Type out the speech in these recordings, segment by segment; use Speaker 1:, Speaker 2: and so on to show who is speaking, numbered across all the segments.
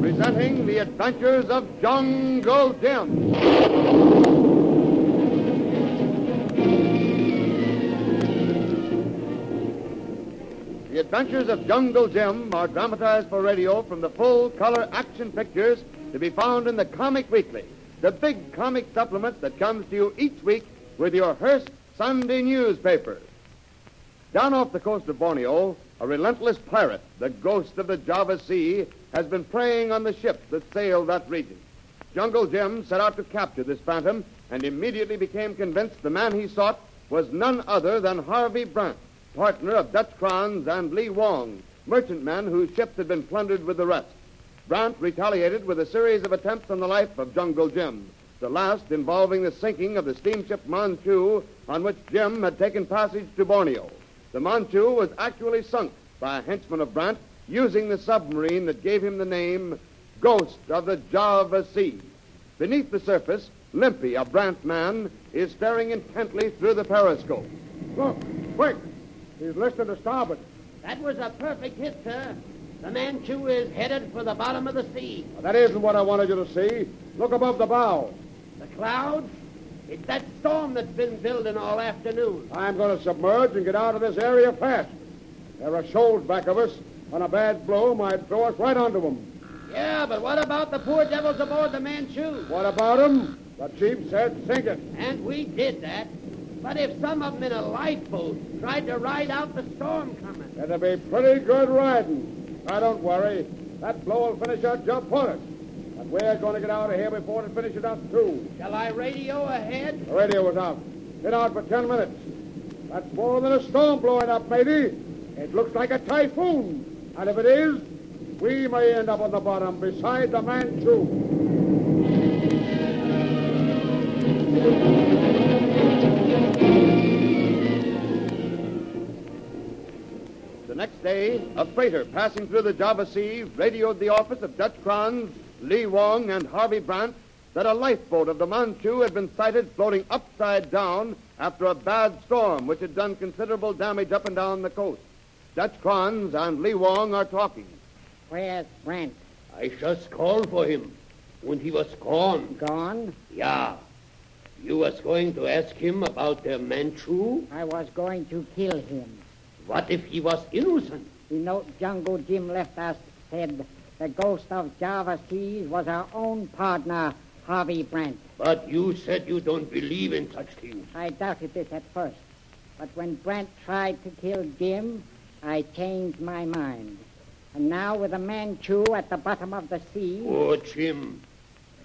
Speaker 1: Presenting the adventures of Jungle Jim. The adventures of Jungle Jim are dramatized for radio from the full color action pictures to be found in the Comic Weekly, the big comic supplement that comes to you each week with your Hearst Sunday newspaper. Down off the coast of Borneo, a relentless pirate, the ghost of the Java Sea, has been preying on the ships that sail that region. Jungle Jim set out to capture this phantom and immediately became convinced the man he sought was none other than Harvey Brant, partner of Dutch Kranz and Lee Wong, merchantmen whose ships had been plundered with the rest. Brant retaliated with a series of attempts on the life of Jungle Jim, the last involving the sinking of the steamship Manchu on which Jim had taken passage to Borneo. The Manchu was actually sunk by a henchman of Brant using the submarine that gave him the name Ghost of the Java Sea. Beneath the surface, Limpy, a Brant man, is staring intently through the periscope. Look, quick! He's listed to starboard.
Speaker 2: That was a perfect hit, sir. The Manchu is headed for the bottom of the sea.
Speaker 1: That isn't what I wanted you to see. Look above the bow.
Speaker 2: The clouds? It's that storm that's been building all afternoon.
Speaker 1: I'm going to submerge and get out of this area fast. There are shoals back of us, and a bad blow might throw us right onto them.
Speaker 2: Yeah, but what about the poor devils aboard the Manchu?
Speaker 1: What about 'em? The chief said sink it.
Speaker 2: And we did that. But if some of them in a lifeboat tried to ride out the storm coming,
Speaker 1: It'll be pretty good riding. Now, don't worry. That blow will finish our job for us. And we're going to get out of here before it finishes us, too.
Speaker 2: shall I radio ahead?
Speaker 1: The radio was out. Been out for ten minutes. That's more than a storm blowing up, matey. It looks like a typhoon. And if it is, we may end up on the bottom beside the Manchu. The next day, a freighter passing through the Java Sea radioed the office of Dutch Kranz, Lee Wong, and Harvey Brandt that a lifeboat of the Manchu had been sighted floating upside down after a bad storm which had done considerable damage up and down the coast. Dutch Kranz and Lee Wong are talking.
Speaker 3: Where's Brent?
Speaker 2: I just called for him when he was gone.
Speaker 3: Gone?
Speaker 2: Yeah. You was going to ask him about the Manchu?
Speaker 3: I was going to kill him.
Speaker 2: What if he was innocent?
Speaker 3: The note Jungle Jim left us said the ghost of Java Seas was our own partner, Harvey Brent.
Speaker 2: But you said you don't believe in such things.
Speaker 3: I doubted this at first, but when Brent tried to kill Jim, I changed my mind. And now with a Manchu at the bottom of the sea,
Speaker 2: Poor Jim.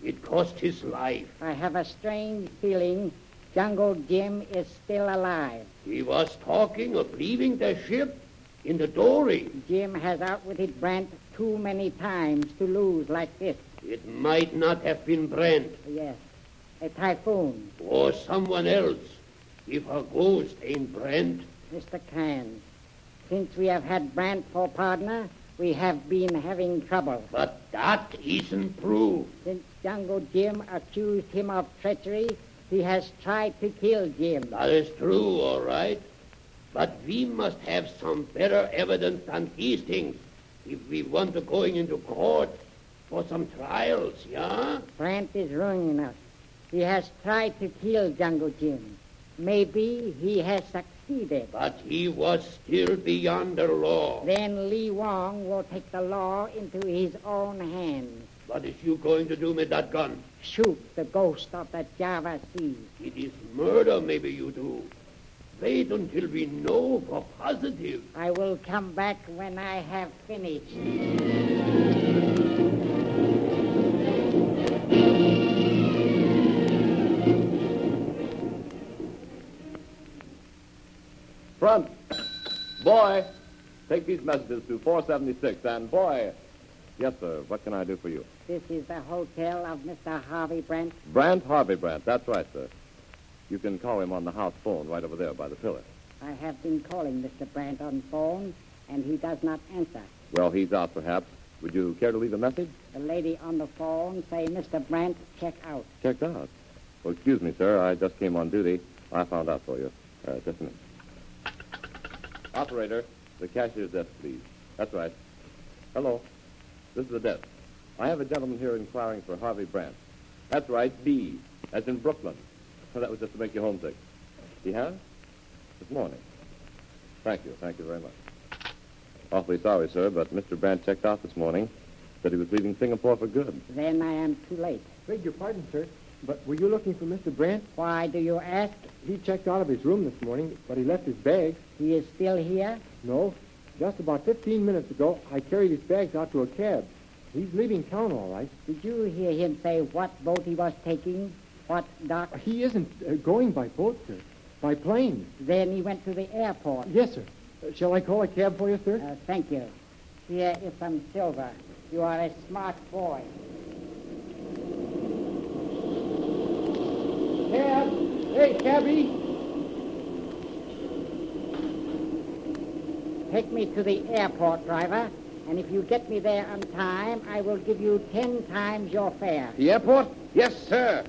Speaker 2: It cost his life.
Speaker 3: I have a strange feeling Jungle Jim is still alive.
Speaker 2: He was talking of leaving the ship in the dory.
Speaker 3: Jim has outwitted Brent too many times to lose like this.
Speaker 2: It might not have been Brent
Speaker 3: Oh, Yes, a typhoon.
Speaker 2: or someone else. If a ghost ain't Brent,
Speaker 3: Mr. Cairns, since we have had Brandt for partner, we have been having trouble.
Speaker 2: but that isn't proof.
Speaker 3: Since Jungle Jim accused him of treachery, he has tried to kill Jim.
Speaker 2: That is true, all right. But we must have some better evidence than these things if we want to going into court for some trials, yeah?
Speaker 3: Brandt is ruining us. He has tried to kill Jungle Jim. Maybe he has succeeded.
Speaker 2: But he was still beyond the law.
Speaker 3: Then Lee Wong will take the law into his own hands.
Speaker 2: What is you going to do with that gun?
Speaker 3: Shoot the ghost of the Java Sea.
Speaker 2: It is murder, maybe you do. Wait until we know for positive.
Speaker 3: I will come back when I have finished.
Speaker 1: Boy, take these messages to 476. And, boy, yes, sir, what can I do for you?
Speaker 3: This is the hotel of Mr. Harvey Brent.
Speaker 1: Brant Harvey Brant. That's right, sir. You can call him on the house phone right over there by the pillar.
Speaker 3: I have been calling Mr. Brent on phone, and he does not answer.
Speaker 1: Well, he's out, perhaps. Would you care to leave a message?
Speaker 3: The lady on the phone say, Mr. Brent, check out.
Speaker 1: Checked out. Well, excuse me, sir. I just came on duty. I found out for you. Uh, just a minute. Operator, the cashier's desk, please. That's right. Hello. This is the desk. I have a gentleman here inquiring for Harvey Brant. That's right, B. That's in Brooklyn. Well, that was just to make you homesick. He has? This morning. Thank you. Thank you very much. Awfully sorry, sir, but Mr. Brant checked out this morning. Said he was leaving Singapore for good.
Speaker 3: Then I am too late.
Speaker 4: Beg your pardon, sir, but were you looking for Mr. Brant?
Speaker 3: Why do you ask?
Speaker 4: He checked out of his room this morning, but he left his bags.
Speaker 3: He is still here?
Speaker 4: No, just about 15 minutes ago, I carried his bags out to a cab. He's leaving town, all right.
Speaker 3: Did you hear him say what boat he was taking? What dock?
Speaker 4: He isn't uh, going by boat, sir. By plane.
Speaker 3: Then he went to the airport.
Speaker 4: Yes, sir. Uh, shall I call a cab for you, sir?
Speaker 3: Uh, thank you. Here is some silver. You are a smart boy.
Speaker 4: Cab! Hey, cabby!
Speaker 3: Take me to the airport, driver, and if you get me there on time, I will give you ten times your fare.
Speaker 2: The airport? Yes, sir.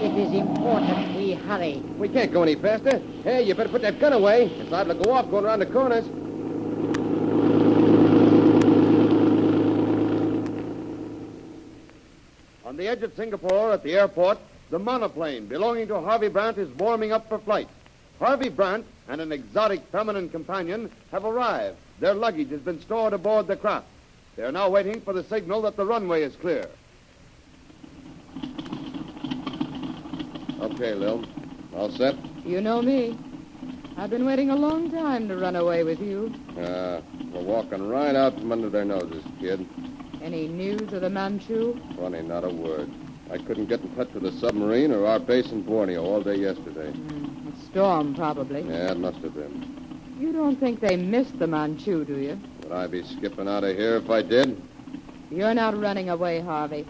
Speaker 3: It is important we hurry.
Speaker 2: We can't go any faster. Hey, you better put that gun away. It's liable to go off going around the corners.
Speaker 1: On the edge of Singapore at the airport, the monoplane belonging to Harvey Brant is warming up for flight. Harvey Brant and an exotic feminine companion have arrived. Their luggage has been stored aboard the craft. They are now waiting for the signal that the runway is clear. Okay, Lil. All set?
Speaker 5: You know me. I've been waiting a long time to run away with you.
Speaker 1: Uh, we're walking right out from under their noses, kid.
Speaker 5: Any news of the Manchu?
Speaker 1: Funny, not a word. I couldn't get in touch with the submarine or our base in Borneo all day yesterday.
Speaker 5: A storm, probably.
Speaker 1: Yeah, it must have been.
Speaker 5: You don't think they missed the Manchu, do you?
Speaker 1: Would I be skipping out of here if I did?
Speaker 5: You're not running away, Harvey.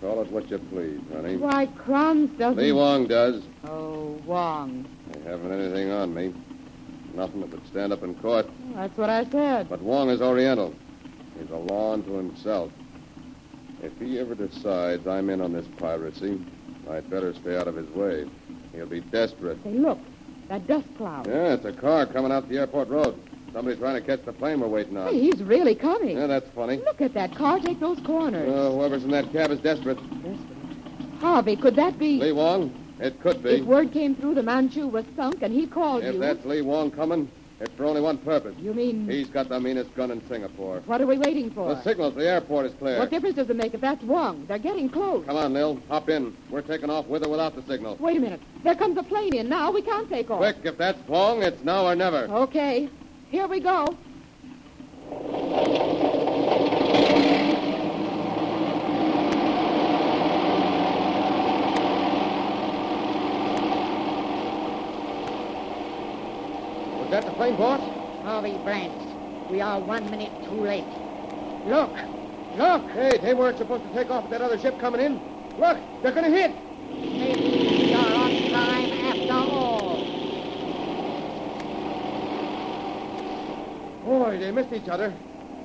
Speaker 1: Call it what you please, honey.
Speaker 5: Why, Kranz doesn't.
Speaker 1: Lee Wong does.
Speaker 5: Oh, Wong.
Speaker 1: They haven't anything on me. Nothing that would stand up in court.
Speaker 5: That's what I said.
Speaker 1: But Wong is Oriental. He's a law unto himself. If he ever decides I'm in on this piracy, I'd better stay out of his way. He'll be desperate.
Speaker 5: Say, look, that dust cloud.
Speaker 1: Yeah, it's a car coming out the airport road. Somebody's trying to catch the plane we're waiting
Speaker 5: Hey,
Speaker 1: on.
Speaker 5: he's really coming.
Speaker 1: Yeah, that's funny.
Speaker 5: Look at that car take those corners.
Speaker 1: Uh, whoever's in that cab is desperate.
Speaker 5: Harvey, could that be?
Speaker 1: Lee Wong? It could
Speaker 5: If
Speaker 1: be.
Speaker 5: word came through the Manchu was sunk and he called
Speaker 1: If
Speaker 5: you.
Speaker 1: that's Lee Wong coming, it's for only one purpose.
Speaker 5: You mean.
Speaker 1: He's got the meanest gun in Singapore.
Speaker 5: What are we waiting for?
Speaker 1: The signal at the airport is clear.
Speaker 5: What difference does it make if that's Wong? They're getting close.
Speaker 1: Come on, Lil. Hop in. We're taking off with or without the signal.
Speaker 5: Wait a minute. There comes a plane in now. We can't take off.
Speaker 1: Quick, if that's long, it's now or never.
Speaker 5: Oh. Okay. Here we go.
Speaker 1: Was that the plane, boss?
Speaker 3: Harvey Brent, we are one minute too late. Look, look.
Speaker 1: Hey, they weren't supposed to take off with that other ship coming in. Look, they're going to hit.
Speaker 3: Maybe we are on time after all.
Speaker 1: Boy, they missed each other.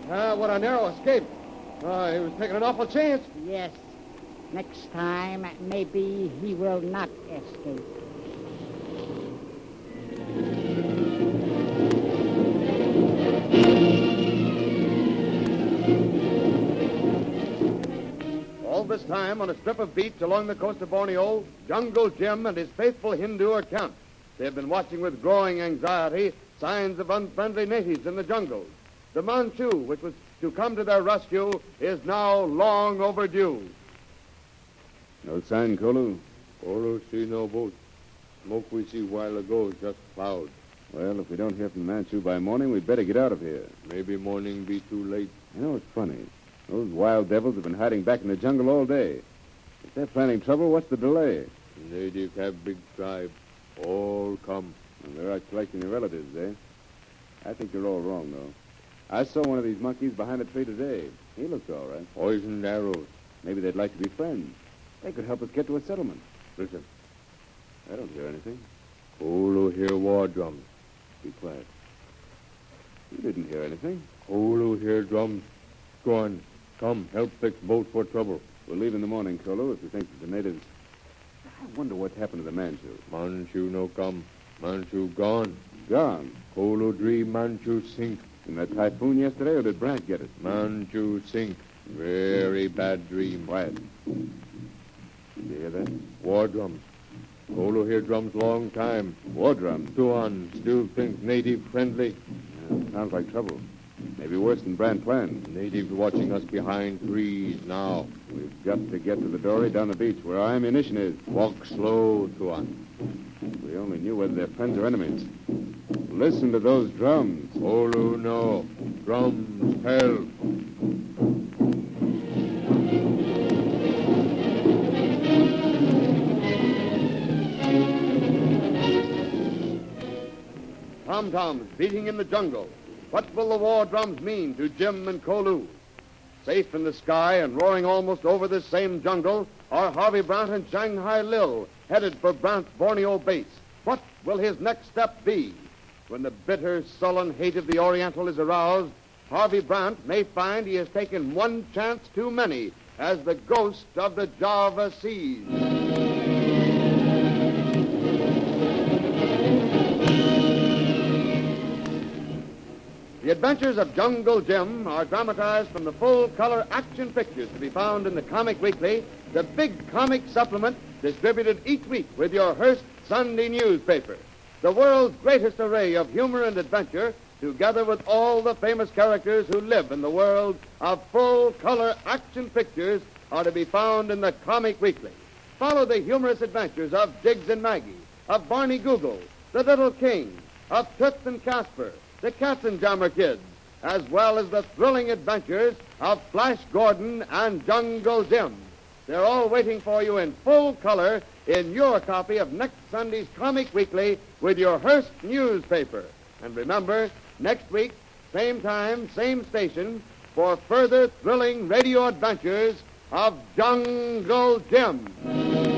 Speaker 1: Ah, what a narrow escape. Ah, he was taking an awful chance.
Speaker 3: Yes. Next time, maybe he will not escape.
Speaker 1: All this time, on a strip of beach along the coast of Borneo, Jungle Jim and his faithful Hindu are camped. They have been watching with growing anxiety signs of unfriendly natives in the jungles. The Manchu, which was to come to their rescue, is now long overdue.
Speaker 6: No sign, Kolo? Kolo see no boat. Smoke we see while ago, just cloud. Well, if we don't hear from Manchu by morning, we'd better get out of here.
Speaker 7: Maybe morning be too late.
Speaker 6: You know, it's funny. Those wild devils have been hiding back in the jungle all day. If they're planning trouble, what's the delay?
Speaker 7: Native have big tribe. All come.
Speaker 6: And they're out collecting their relatives, eh? I think you're all wrong, though. I saw one of these monkeys behind a tree today. He looked all right.
Speaker 7: Poisoned arrows.
Speaker 6: Maybe they'd like to be friends. They could help us get to a settlement.
Speaker 7: Listen.
Speaker 6: I don't hear anything.
Speaker 7: Kolo hear war drums.
Speaker 6: Be quiet. You didn't hear anything.
Speaker 7: Kolo hear drums. Go on. Come, help fix boat for trouble.
Speaker 6: We'll leave in the morning, Kolo, if you think that the natives... I wonder what's happened to the Manchu.
Speaker 7: Manchu no come. Manchu gone.
Speaker 6: Gone?
Speaker 7: Kolo dream Manchu sink.
Speaker 6: In that typhoon yesterday, or did Brant get it?
Speaker 7: Manchu sink. Very bad dream.
Speaker 6: Quiet. Did you hear that?
Speaker 7: War drums. Kolo hear drums long time.
Speaker 6: War drums?
Speaker 7: Tuan still think native friendly.
Speaker 6: Yeah, sounds like trouble. Maybe worse than Brant planned.
Speaker 7: Natives watching us behind trees now.
Speaker 6: We've got to get to the dory down the beach where our ammunition is.
Speaker 7: Walk slow, Tuan.
Speaker 6: We only knew whether they're friends or enemies. Listen to those drums.
Speaker 7: Olu no. Drums help.
Speaker 1: Tom-toms beating in the jungle. What will the war drums mean to Jim and Kolu? Safe in the sky and roaring almost over this same jungle are Harvey Brant and Shanghai Lil, headed for Brant's Borneo base. What will his next step be? When the bitter, sullen hate of the Oriental is aroused, Harvey Brant may find he has taken one chance too many as the ghost of the Java Seas. The adventures of Jungle Jim are dramatized from the full color action pictures to be found in the Comic Weekly, the big comic supplement distributed each week with your Hearst Sunday newspaper. The world's greatest array of humor and adventure, together with all the famous characters who live in the world of full color action pictures, are to be found in the Comic Weekly. Follow the humorous adventures of Jiggs and Maggie, of Barney Google, the Little King, of Toots and Casper the Katzenjammer Kids, as well as the thrilling adventures of Flash Gordon and Jungle Jim. They're all waiting for you in full color in your copy of next Sunday's Comic Weekly with your Hearst newspaper. And remember, next week, same time, same station, for further thrilling radio adventures of Jungle Jim.